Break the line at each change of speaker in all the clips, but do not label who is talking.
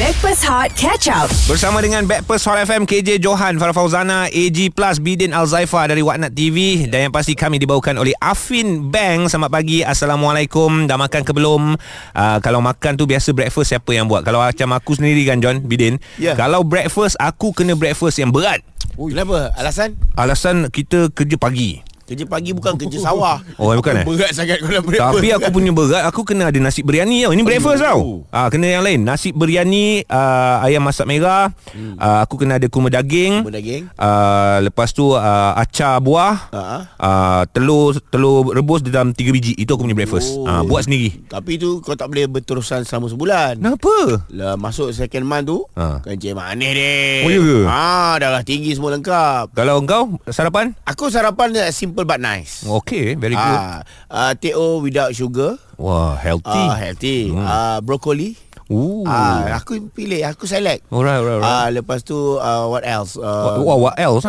Backpass Hot Catch Up.
Bersama dengan Backpast Hot FM KJ Johan Farah Fauzana AG Plus Bidin Alzaifa dari Waknat TV Dan yang pasti kami dibawakan oleh Afin Bank Selamat pagi Assalamualaikum Dah makan ke belum uh, Kalau makan tu biasa breakfast siapa yang buat Kalau macam aku sendiri kan John Bidin
Ya.
Kalau breakfast aku kena breakfast yang berat
Ui. Kenapa? Alasan?
Alasan kita kerja pagi
Kerja pagi bukan kerja sawah.
Oh, bukan, eh?
Berat sangat kau nak breakfast.
Tapi aku punya berat Aku kena ada nasi biryani tau Ini breakfast tau ah, Kena yang lain Nasi biryani uh, Ayam masak merah
Hmm.
uh, Aku kena ada kumur daging
Kumur daging.
uh, Lepas tu uh, Acar buah
Ha.
uh, Telur Telur rebus dalam 3 biji Itu aku punya breakfast
Oh.
uh, Buat sendiri
Tapi tu kau tak boleh berterusan selama sebulan.
Kenapa?
Lah masuk second month tu
Ha.
ha. Kencing manis deh
Oh, ya ke?
ha, Darah tinggi semua lengkap
Kalau engkau sarapan?
Aku sarapan uh, simple but nice
Okay, very good.
ha, uh, Teo without sugar
Wah, healthy.
uh, Healthy
Hmm.
hmm. uh, Broccoli
Ooh.
uh, Aku pilih Aku select
Alright, alright, alright.
uh, Lepas tu uh, What else
Wah,
uh,
wah, what else?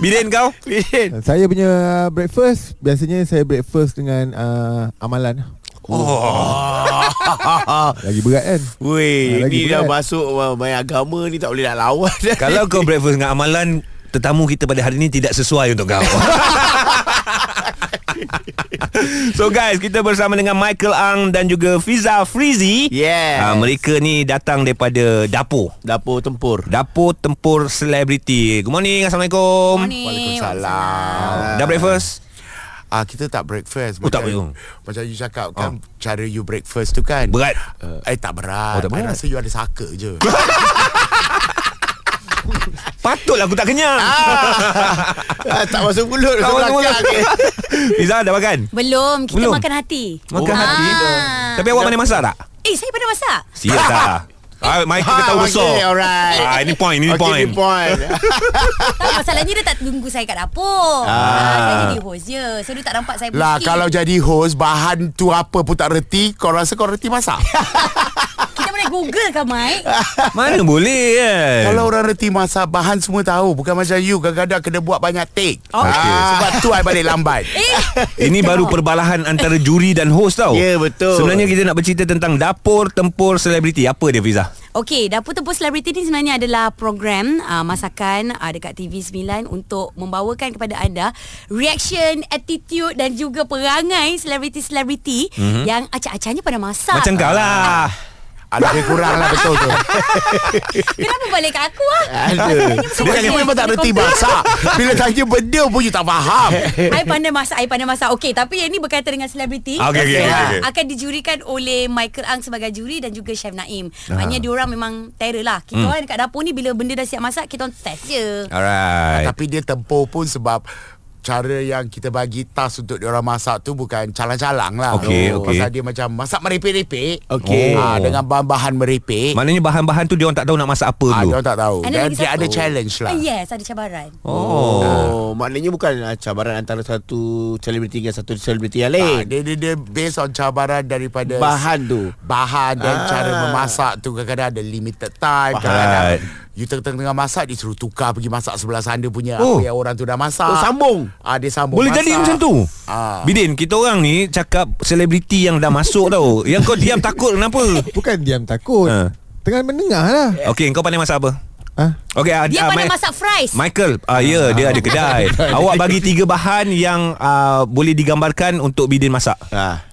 Bidin kau?
Saya punya breakfast Biasanya saya breakfast dengan uh, Amalan
Ah,
Lagi berat kan
Weh,
Ah, lagi
ni dah
berat.
masuk uh, main agama ni tak boleh nak lawan.
Kan?
Kalau kau breakfast dengan amalan Tetamu kita pada hari ini tidak sesuai untuk kau So guys, kita bersama dengan Michael Ang dan juga Fiza Frizi
Yes.
Ah, Mereka ni datang daripada dapur
Dapur tempur.
Dapur Tempur Celebrity Good morning, Assalamualaikum
Morning.
Waalaikumsalam.
Dah breakfast?
Ah kita tak breakfast
Oh, tak boleh. Oh.
Macam you cakap kan cara you breakfast tu kan.
Berat.
Uh, eh tak berat.
Oh, tak berat.
I rasa you ada saka je.
Patutlah aku tak kenyang
ah, tak masuk mulut.
Tak masuk mulut.
eh.
Fiza dah makan?
Belum, kita
Belum.
Belum. makan hati.
Makan
Ah.
hati Tapi awak pandai masak tak?
Eh, saya pandai masak.
Siap tak? Ah, Michael
Ah,
ketawa
okay,
besar
alright.
ah, Ini point, ini
Okay,
point
ni point.
Tapi masalahnya dia tak tunggu saya kat dapur. Ah. saya jadi host je. So dia tak nampak saya
Lah
booking.
kalau jadi host bahan tu apa pun tak reti, kau rasa kau reti masak?
Ah, Kita boleh Google ke, Mike?
Mana boleh kan?
Kalau orang reti masak bahan semua tahu, bukan macam you kadang-kadang kena buat banyak take. Ah,
Okey.
Sebab tu I balik lambat.
Eh,
Ini baru perbalahan antara juri dan host tau.
Ya, betul.
Sebenarnya kita nak bercerita tentang dapur tempur selebriti. Apa dia Fiza?
Okey, Dapur Tempur Celebrity ni sebenarnya adalah program uh, masakan uh, dekat TV9 untuk membawakan kepada anda reaction, attitude dan juga perangai selebriti-selebriti
Mhm.
mm-hmm. yang acah-acahnya pada masak.
Macam kau lah.
Ada yang kurang lah betul tu.
Kenapa balik kat aku ah?
Dia tanya memang tak reti masak. Bila tanya benda pun you tak faham.
Air pandai masak Air pandai masak Okey tapi yang ni berkaitan dengan selebriti
Ah, okey, okey, okey, okey.
Akan dijurikan oleh Michael Ang sebagai juri Dan juga Chef Naim Maknanya diorang memang terror lah Kita orang dekat dapur ni Bila benda dah siap masak Kita orang test
Ah,
je
Alright.
Tapi dia tempoh pun sebab cara yang kita bagi task untuk diorang masak tu bukan calang-calang lah.
Okey,
Oh,
okey.
Pasal dia macam masak merepek-repek.
Okey.
Ah, dengan bahan-bahan merepek.
Maknanya bahan-bahan tu dia orang tak tahu nak masak apa
ah,
dulu.
diorang tak tahu.
Anda
Dan
bagi
dia
satu.
ada challenge lah.
Ah, Yes ada cabaran
Oh.
Ah.
Oh, maknanya bukan ah, cabaran antara satu selebriti dengan satu selebriti yang
Ah,
lain.
dia, dia, dia based on cabaran daripada
Eh, Bahan tu.
bahan
Ah.
dan cara memasak tu kadang-kadang ada limited time
Faham.
kadang-kadang
Right.
you tengah-tengah masak dia suruh tukar pergi masak sebelah sana punya
Oh.
apa yang orang tu dah masak
Oh, sambung.
ah, dia sambung
Boleh
masak.
jadi macam tu
Ah.
Bidin kita orang ni Cakap selebriti yang dah masuk tau Yang kau diam takut kenapa
Bukan diam takut
Ha.
Tengah menengah lah
Okay kau pandai masak apa
ha?
Okay, ah,
Dia
ah,
pandai
Mi-
masak fries
Michael ah, Ya dia ada kedai Awak bagi tiga bahan Yang ah, boleh digambarkan Untuk Bidin masak
Ah.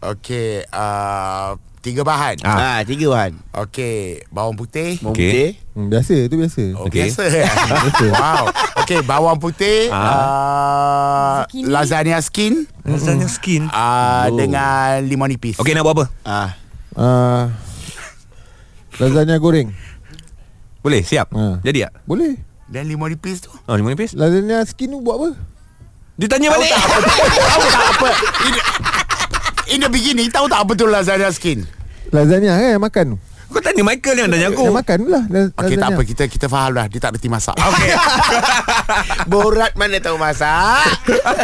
Okey, uh, tiga bahan.
Ah.
Ah.
Ah, tiga bahan.
Okey, bawang putih.
Bawang
Okey.
putih.
hmm, Biasa tu biasa
Oh,
Okey.
Biasa. wow. Okey, bawang putih, ah. uh,
Zucchini.
lasagna skin
Rasanya skin
uh, dengan limau
Hmm.
nipis.
Ah, Okay nak buat apa
Ah.
uh, Lasagna goreng
Boleh siap
Ha.
Jadi tak
Boleh
Dan limau nipis tu.
Oh limau nipis
Lasagna skin tu buat apa?
Dia tanya balik
tahu tak apa? In, in the beginning, tahu tak apa tu lasagna skin?
Lasagna kan yang makan tu
Kau tanya Michael yang tanya aku
Yang makan tu lah la-
Okey, tak
lasagna.
apa. Kita kita faham dah. Dia tak reti masak. Okey.
Borat mana tahu masak?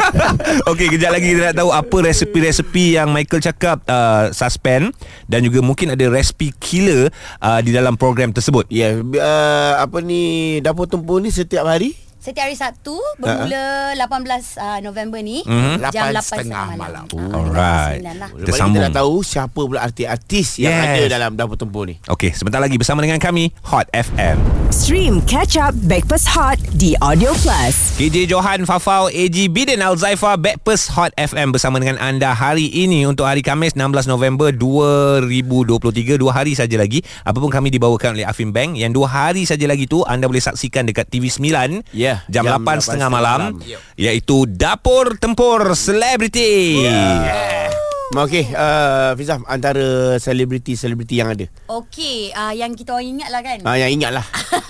Okey kejap lagi kita nak tahu Apa resepi-resepi yang Michael cakap uh, Suspend Dan juga mungkin ada resepi killer uh, Di dalam program tersebut
ah, Ya, yeah, uh, apa ni dapur tempur ni setiap hari?
Setiap hari Sabtu bermula uh-huh. 18 uh, November ni
Mhm.
mm-hmm. jam 8.30
8.30
malam.
malam.
Ah,
Alright.
jam 9 lah.
Kita
Kita
sambung.
Kita dah tahu siapa pula artis-artis yes. yang
Yes.
ada dalam dapur tempur ni.
Okey, sebentar lagi bersama dengan kami Hot FM.
Stream Catch Up Backpass Hot di Audio Plus.
KJ Johan Fafau AG Bidin Alzaifa Backpast Hot FM bersama dengan anda hari ini untuk hari Khamis 16 November 2023 dua hari saja lagi apapun kami dibawakan oleh Afim Bank yang dua hari saja lagi tu anda boleh saksikan dekat TV9
Ya,
jam, 8.30
jam
malam,
8.30
malam
malam.
iaitu Dapur Tempur Selebriti Ya.
Okey, uh, Fizah antara selebriti-selebriti yang ada.
Okey, uh, yang kita orang ingat lah kan.
Ah yang ingatlah.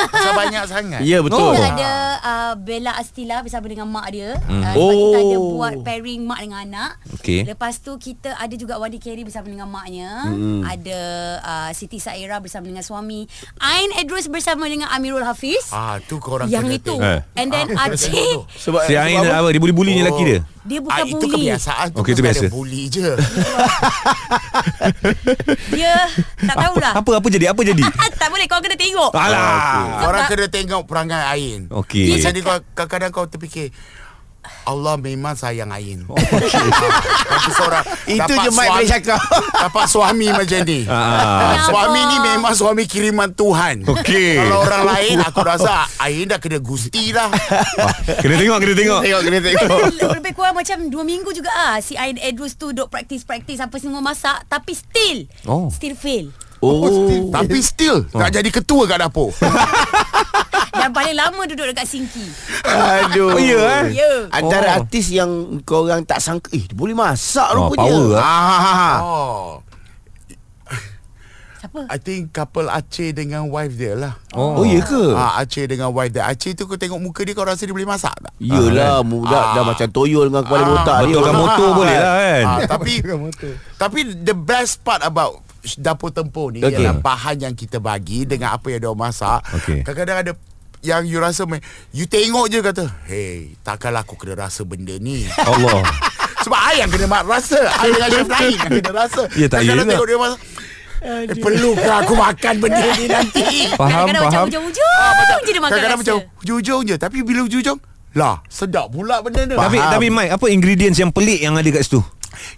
Pasal banyak sangat.
ya
Kita
betul.
Oh.
ada uh, Bella Astila bersama dengan mak dia. Mm. Uh,
Oh.
oh. Kita ada buat pairing mak dengan anak.
Okey.
Lepas tu kita ada juga Wadi Carey bersama dengan maknya. Mm. Ada uh, Siti Saira bersama dengan suami. Ain Edrus bersama dengan Amirul Hafiz.
Ah, tu korang
yang
kena
itu.
tengok.
Eh.
And then
Ah,
Aceh.
Sebab
Si Ain apa dia bully-bully oh. lelaki dia
Dia bukan
Ah, Itu
bully.
kebiasaan tu
Okey, itu
bukan
biasa.
ada bully je
Dia tak lah. tahulah.
apa apa jadi apa jadi
tak boleh kau kena tengok.
Alah
Ah, Orang kena tengok perangai Ain
Okey.
Dia Jadi kau- kadang-kadang kau terfikir Allah memang sayang Ain oh, seorang
Itu
dapat
je Mike
suami-
boleh cakap.
Dapat suami macam ni
Ah.
Suami ni memang suami kiriman Tuhan
Okey.
Kalau orang lain aku rasa Ain dah kena gusti lah
Kena tengok kena tengok
Tengok kena tengok.
Lebih lebih kurang macam 2 minggu juga ah si Ain Edrus tu duk praktis-praktis apa semua masak tapi still
Oh.
still fail.
Oh.
Tapi still Tak jadi ketua kat dapur
Dan paling lama duduk dekat sinki.
Aduh.
Oh, ya, eh?
Ya.
Oh.
Antara oh. artis yang kau orang tak sangka eh dia boleh masak
Oh,
rupanya.
power, ah.
ah,
ha,
ah, ah.
Oh
Siapa?
I think couple Aceh dengan wife dia lah
Oh, ya ke?
Ah, Aceh dengan wife dia Aceh tu kau tengok muka dia Kau rasa dia boleh masak tak?
Ah,
Yelah budak
eh?
dah macam toyol dengan kepala
Ah,
botak dia.
Betulkan motor boleh lah kan
Ah, tapi tapi the best part about dapur tempur ni
Okey.
okay. ialah bahan yang kita bagi dengan apa yang dia orang masak.
Okey.
Kadang-kadang ada yang you rasa main, you tengok je kata, "Hey, takkanlah aku kena rasa benda ni."
Allah
Sebab I yang kena mak- rasa I dengan chef lain yang kena rasa
Ya, tak
Kadang-kadang
yelah.
tengok dia masak Eh, perlukah aku makan benda ni nanti
Faham
Kadang-kadang
faham
macam hujung-hujung ah, je dia makan
Kadang-kadang
rasa.
macam Jujung je Tapi bila jujung Lah sedap pula benda ni
Tapi tapi Mike apa ingredients yang pelik yang ada kat situ?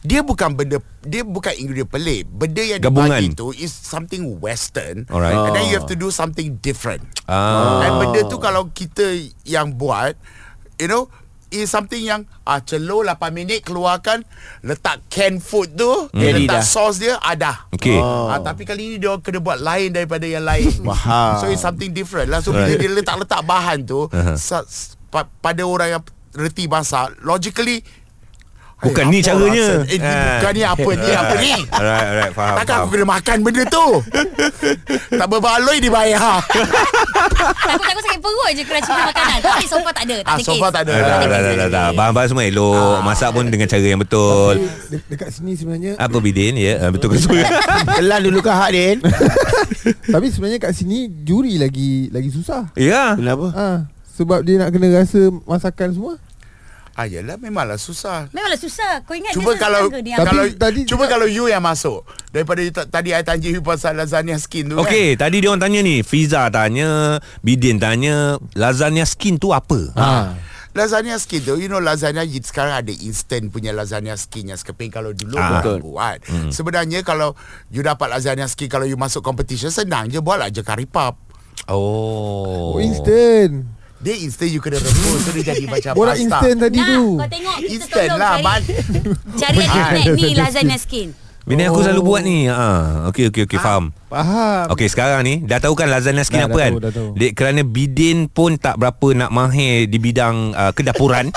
Dia bukan benda Dia bukan ingredient pelik Benda yang
Gabungan.
dibagi tu Is something western
Alright.
And then
Ah.
you have to do something different
Ah.
And benda tu kalau kita yang buat You know Is something yang ah, Celur 8 minit Keluarkan Letak canned food tu mm.
Jadi
Letak
dah.
sos dia Ada
Hmm. Okey.
oh. ah, Tapi kali ni dia orang kena buat lain Daripada yang lain
Faham.
So it's something different lah So bila
Right. Uh-huh.
dia letak-letak bahan tu sa- s- pa- Pada orang yang reti masak Logically
Bukan
Eh,
ni
apa
caranya.
rasa? Eh, ni
Ah.
bukan ni apa ni apa ni.
Alright, alright, faham.
Takkan
faham.
aku kena makan benda tu. tak berbaloi ha. dibayar.
Takut-takut sakit perut je keracunan makanan. Tapi so far tak ada. Tak
Ah,
ada
so far tak ada.
Dah, dah, dah, dah, dah, dah. Bahan-bahan semua
Ah.
elok. Masak pun dengan cara yang betul.
De- dekat sini sebenarnya
Apa bidin ya? Ah, Betul ke suara?
Telan dulu kah Hak Din?
tapi sebenarnya kat sini juri lagi lagi susah.
Ya.
Kenapa?
Ha, sebab dia nak kena rasa masakan semua.
ah, yelah memanglah susah.
Memanglah susah. Kau ingat Kan
Cuba
dia
kalau
senang ke dia?
Tapi
kalau
tadi-
cuba kalau you yang masuk daripada you, ta- tadi I tanya you pasal lasagna skin tu
Okey, tadi dia orang tanya ni. Fiza tanya, Bidin tanya, lasagna skin tu apa?
Ha.
kan. Lasagna skin tu you know lasagna you- sekarang ada instant punya lasagna skin yang sekeping kalau
Ah.
dulu ah. bukan buat. Hmm. Sebenarnya kalau you dapat lasagna skin kalau you masuk competition senang je buatlah je curry puff.
Oh.
Oh. Instant.
Dia instant you kena rebus so dia jadi macam
Borak
pasta.
instant tadi
Nah,
tu.
kau tengok kita
Instant
tolong
lah
cari,
but
cari internet ni lasagna skin.
Bini aku selalu buat ni. Ha. Okey, okey,
Ah.
okey, faham.
Faham.
Okey sekarang ni Dah tahu kan lasagna skin
Dah,
apa
dah
kan
tahu, dah tahu.
Dek, Kerana bidin pun tak berapa nak mahir Di bidang uh, kedapuran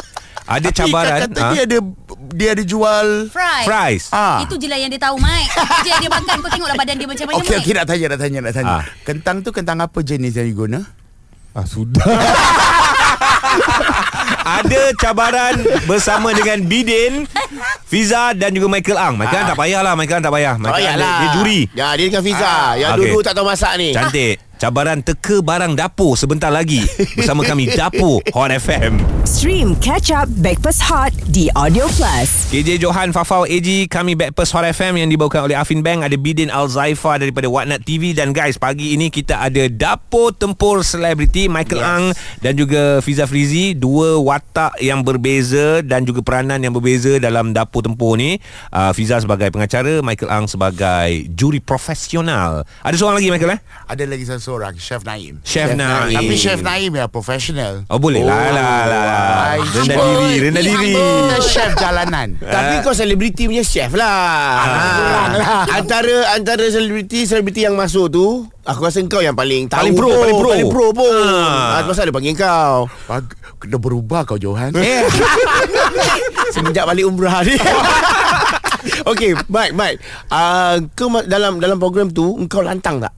Ada
Tapi
cabaran ha?
Ikan kata dia ada dia ada jual
Fry.
Fries
Ah.
Itu je lah yang dia tahu, Mike. Itu je yang dia makan. Kau tengoklah badan dia macam mana,
Okey
Mike.
okey nak tanya nak tanya nak tanya.
Ah.
Kentang tu kentang apa jenis yang you guna?
Ah sudah.
Ada cabaran Bersama dengan Bidin Fiza dan juga Michael Ang Michael
Ah.
Ang tak payahlah Michael Ang tak payah Michael Ang dia- Dia juri
lah. Ya, dia dengan Fiza.
Ah.
Yang
Okey.
dulu tak tahu masak ni.
Cantik cabaran teka barang dapur sebentar lagi bersama kami Dapur Hot FM.
Stream Catch Up Backpass Hot di Audio Plus.
KJ Johan Fafau AG Kami Backpast Hot FM Yang dibawakan oleh Afin Bank Ada Bidin Al-Zaifa Daripada Whatnot TV Dan guys Pagi ini kita ada Dapur Tempur Selebriti Michael yes. Ang Dan juga Fiza Frizi Dua watak yang berbeza Dan juga peranan yang berbeza Dalam Dapur Tempur ni uh, Fiza sebagai pengacara Michael Ang sebagai Juri profesional Ada seorang lagi Michael eh?
Ada lagi seseorang Chef Naim
Chef Naim.
Tapi Chef Naim ya profesional
Oh boleh lah lah lah lah.
I
Rendah
see.
diri Rendah
Ni
diri
Kita chef jalanan
Tapi
Eh.
kau selebriti punya chef lah.
Ah.
kurang lah.
Antara antara selebriti selebriti yang masuk tu, aku rasa kau yang paling tahu
Paling pro,
pun,
paling pro.
paling pro pun.
Ah.
Ah. pasal dia panggil kau.
Bag- Kena berubah kau Johan
Eh
Semenjak balik umrah ni. Okey, baik baik. Ah uh, kau ma- dalam dalam program tu engkau lantang tak?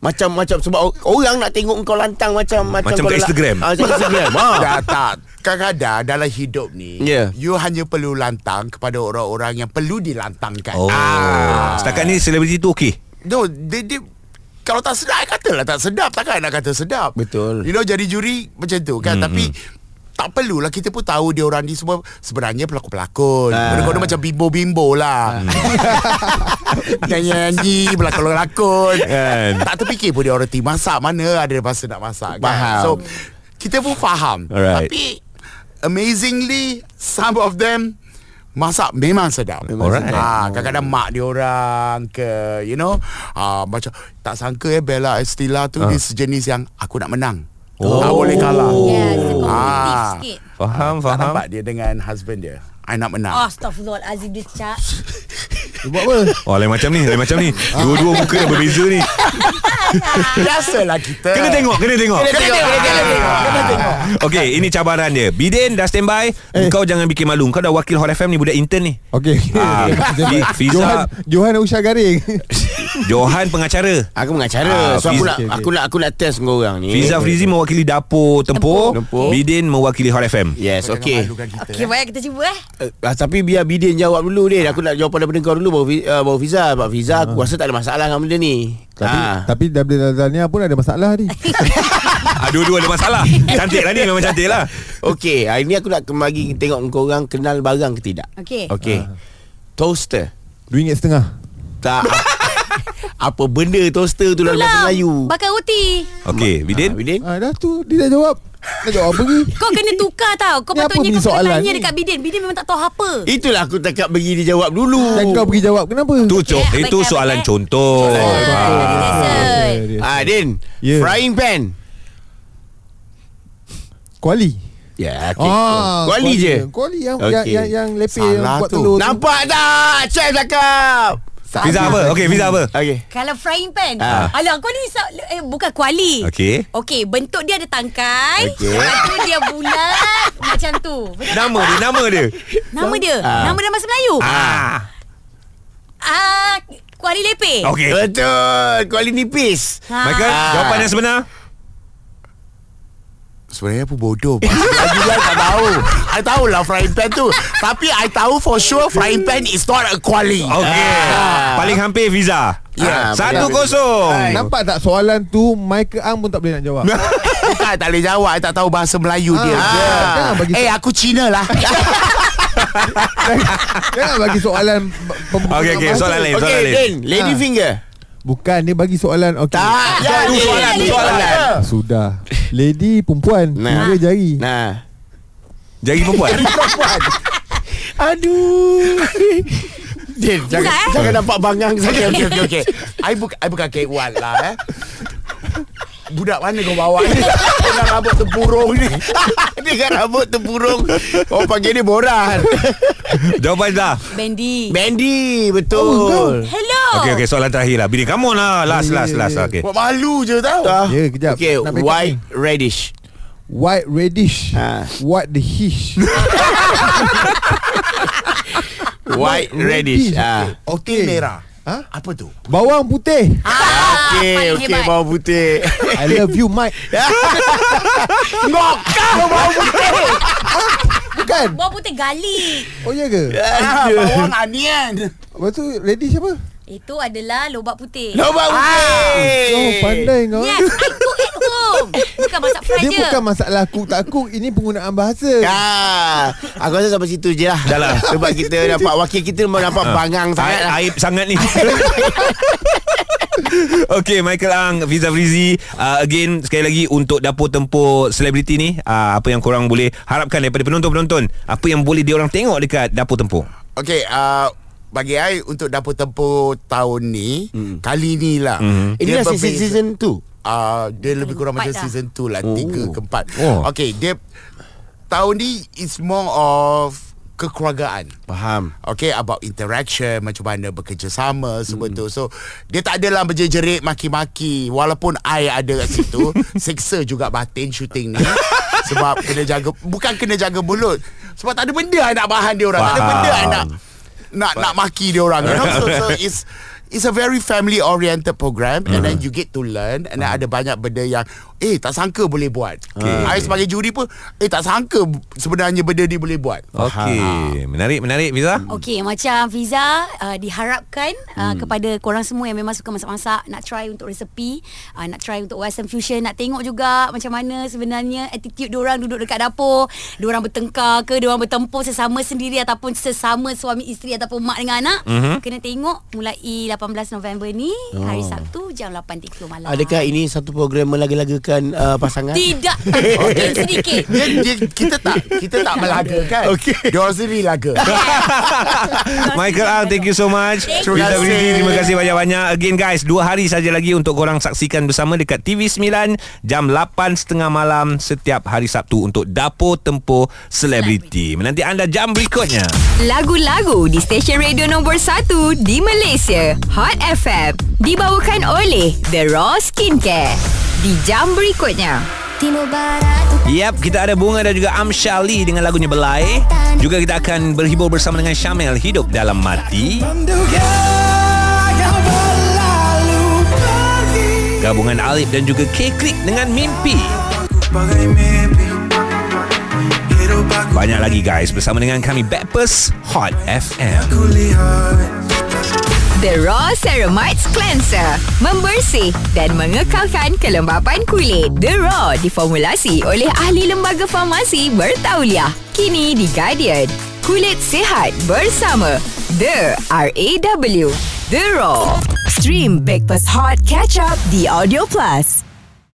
Macam macam sebab o- orang nak tengok engkau lantang macam macam
Macam
kau
kat
la-
Instagram.
Ah, macam Instagram. Ha.
Dah tak Kadang-kadang dalam hidup ni
Ya.
You hanya perlu lantang Kepada orang-orang yang perlu dilantangkan Ah.
Oh Setakat ni selebriti tu okey
No dia, dia, Kalau tak sedap I Katalah tak sedap Takkan nak kata sedap
Betul. Hmm,
You know jadi juri Macam tu kan mm, Tapi tak perlulah Kita pun tahu Dia orang ni semua Sebenarnya pelakon-pelakon
Ah.
Konon-konon macam bimbo-bimbo lah Nyanyi-nyanyi Berlakon-lakon
Kan.
Tak terfikir pun dia orang tim masak Mana ada masa nak masak kan?
Faham.
So Kita pun faham
Alright.
Tapi Amazingly Some of them Masak memang sedap
Alright.
Ah, kadang-kadang mak dia orang ke you know ah macam tak sangka eh Bella Estila tu dia sejenis yang aku nak menang.
Ah. Oh.
Oh. Tak boleh kalah.
Yes, kompetitif
Ah.
Ya, sikit.
Faham
Tak
faham
nampak dia dengan husband dia. I nak menang.
Oh, Astaghfirullahalazim dia cak.
Dia buat apa?
Oh lain macam ni Lain macam ni Dua-dua muka yang berbeza ni
Biasalah kita.
Kena tengok Kena tengok
Kena tengok. Kena tengok. Kena tengok. Kena tengok.
Okay ini cabaran dia Bidin dah standby eh. Kau jangan bikin malu Kau dah wakil Hot FM ni Budak intern ni
Okey.
Ah, Fi-
Johan
Fiza
Johan Usha Garing.
Johan pengacara
Aku mengacara
Ah,
So aku
Fiz-
nak
okay, okay.
Aku nak aku nak test dengan orang ni
Fiza Frizi mewakili dapur tempur,
Eh. Tempur. Ya.
Bidin mewakili Hot FM
Yes
Jangan
okay
malukan kita,
Okey,
eh.
baik kita cuba eh.
uh, Tapi biar Bidin jawab dulu Din Aku nak jawab daripada kau dulu Baru, Fi- uh, baru Fiza Sebab Fiza aku rasa tak ada masalah dengan benda ni
Ah. Tapi
Ah.
tapi daripada Lazania pun ada masalah ni.
ah, Dua-dua ada masalah Cantik lah ni Memang cantik lah
Okey hari ni aku nak ke- bagi
Hmm.
tengok kau orang Kenal barang ke tidak
Okey.
Okey
Ah.
Toaster
RM2.5.
Tak Apa benda toaster tu dalam bahasa Melayu
Bakar roti.
Okay
Ah,
Bidin
Bidin
Ah dah tu dia dah jawab. Dia jawab apa ni?
Kau kena tukar tau. Kau
Ni apa
patutnya
punya
kau
soalan
kena tanya
ni?
dekat Bidin. Bidin memang tak tahu apa.
Itulah aku cakap bagi dia jawab dulu
Dan kau pergi jawab kenapa?
Tu co-
Baik,
Itu
baik,
soalan
baik.
contoh
Soalan.
Ah.
Lesson.
dia- dia-
Ah Din
Ya.
Frying pan
Kuali. Ah,
Ya okay. Kuali je
Kuali yang
Okey.
yang yang, yang lepeh
Salah
yang buat
tu.
telur. tu.
Nampak tak Chef cakap
Fiza apa Okay Fiza apa
Okay
Kalau frying pan
Ah.
Alah kau ni sa- eh, Bukan kuali
Okey.
Okey Bentuk dia ada tangkai
Okey.
Lepas tu dia bulat Macam tu Betul?
Nama dia Nama dia
Nama dia Nama dalam bahasa Melayu
Ah,
Ah, Kuali lepe
Eh.
Okay
Betul Kuali nipis
Ha.
Michael
Ah.
Jawapan yang sebenar
Sebenarnya aku bodoh Lagi lah tak tahu I tahu lah frying pan tu Tapi I tahu for sure Frying pan is not a quality
Okey.
Ah.
Paling hampir Fiza. Ah,
Ya,
Satu
betul.
kosong.
Hai.
Nampak tak soalan tu Michael Ang pun tak boleh nak jawab.
Bukan tak boleh jawab I tak tahu bahasa Melayu dia
Ah,
Kan,
jangan bagi-
Eh aku Cina lah
Jangan bagi soalan b- pembukaan
Okey, okey,
bahasa.
soalan lain.
Okay
soalan
Din
lain.
Lady
Ah.
finger
Bukan dia bagi soalan okey.
Tak
Ya,
Tu
Din.
soalan Tu
Din.
soalan
Sudah. Lady perempuan,
Nah.
tiga jari.
Nah
Jari perempuan.
Aduh Din jangan,
eh?
jangan nampak bangang saya
Okay okay okay, okay. I, bu- I bukan kekuat lah eh Budak mana kau bawa ni Dengan rambut tempurung ni
Dengan rambut terpurung kan Oh panggil dia boran
Jawapan Fiza.
Bendy
Bendy Betul
Hello
Okey, okey, soalan terakhir lah. Bini, come on lah. Last, last, last. Okey.
Buat malu je tau
Betul.
Ya, kejap.
Okay
Nak backup
White radish
White radish.
Ah.
What the hish?
White radish Ah.
Okey merah
Ha?
Apa tu
Bawang putih.
ah,
Okay
paling
Okay
hebat.
bawang putih
I love you Mike.
Ngokak bawang putih
Bukan.
Bawang putih gali
Oh ya ke?
ah, Bawang onion
Lepas tu radish apa?
Itu adalah lobak putih.
Lobak Ah.
Eh.
putih.
Oh pandai kau
Yes, I cook at home. Bukan masak fry
Dia
je.
bukan masalah aku tak aku Ini penggunaan bahasa
Ah, aku rasa sampai situ je lah Dah lah Sebab kita dapat Wakil kita memang dapat bangang sangat lah
Aib, aib sangat ni Okay Michael Ang Fiza Frizi uh, Again Sekali lagi Untuk dapur tempur Selebriti ni uh, Apa yang korang boleh Harapkan daripada penonton-penonton Apa yang boleh Dia orang tengok dekat Dapur tempur
Okay, uh, bagi I untuk dapur tempur tahun ni,
Hmm.
kali ni lah. Mm.
Ini dah season, season 2
Uh, dia lebih kurang
Empat
macam
dah.
season 2 lah, 3 ke 4.
Oh.
Okay, dia tahun ni is more of kekeluargaan.
Faham
Okay about interaction Macam mana bekerjasama Semua tu So Dia tak adalah berjerit-jerit Maki-maki Walaupun I ada kat situ Seksa juga batin syuting ni Sebab kena jaga Bukan kena jaga mulut Sebab tak ada benda I nak bahan dia orang Tak ada
Faham.
benda I nak Nak, nak maki dia orang you know? so, so it's It's a very family oriented program And then you get to learn And then ada banyak benda yang Eh tak sangka boleh buat okay. I sebagai juri pun Eh tak sangka Sebenarnya benda ni boleh buat
Okay Menarik menarik Fiza
Hmm. Okey, macam Fiza uh, diharapkan uh, kepada korang semua yang memang suka masak-masak nak try untuk resepi, uh, nak try untuk western fusion, nak tengok juga macam mana sebenarnya attitude diorang duduk dekat dapur, diorang bertengkar ke, diorang bertempur sesama sendiri ataupun sesama suami isteri ataupun mak dengan anak. Mm-hmm. Kena tengok mulai 18 November ni oh. hari Sabtu jam 8.30 malam.
Adakah ini satu program melagi-lagakan uh, pasangan?
Tidak. Okey, sedikit.
Dia, dia, kita tak kita tak melaga kan. Okay. Dia orang sendiri laga.
Michael Ang Thank you so much
Thank
you.
Fiza Frizi Terima kasih banyak-banyak Again guys Dua hari saja lagi Untuk korang saksikan bersama Dekat TV9 Jam 8.30 malam Setiap hari Sabtu Untuk Dapur Tempur Selebriti Menanti anda jam berikutnya
Lagu-lagu di stesen radio nombor 1 di Malaysia, Hot FM. Dibawakan oleh The Raw Skincare. Di jam berikutnya.
Timur Barat
Yap, kita ada Bunga dan juga Amshali dengan lagunya Belai. Juga kita akan berhibur bersama dengan Syamil Hidup Dalam Mati. Gabungan Alif dan juga K-Click dengan Mimpi. Banyak lagi guys bersama dengan kami Backpers Hot FM.
The Raw Ceramides Cleanser Membersih dan mengekalkan kelembapan kulit The Raw diformulasi oleh ahli lembaga farmasi bertauliah Kini di Guardian Kulit sihat bersama The R.A.W. The Raw Stream Breakfast Hot Catch Up di Audio Plus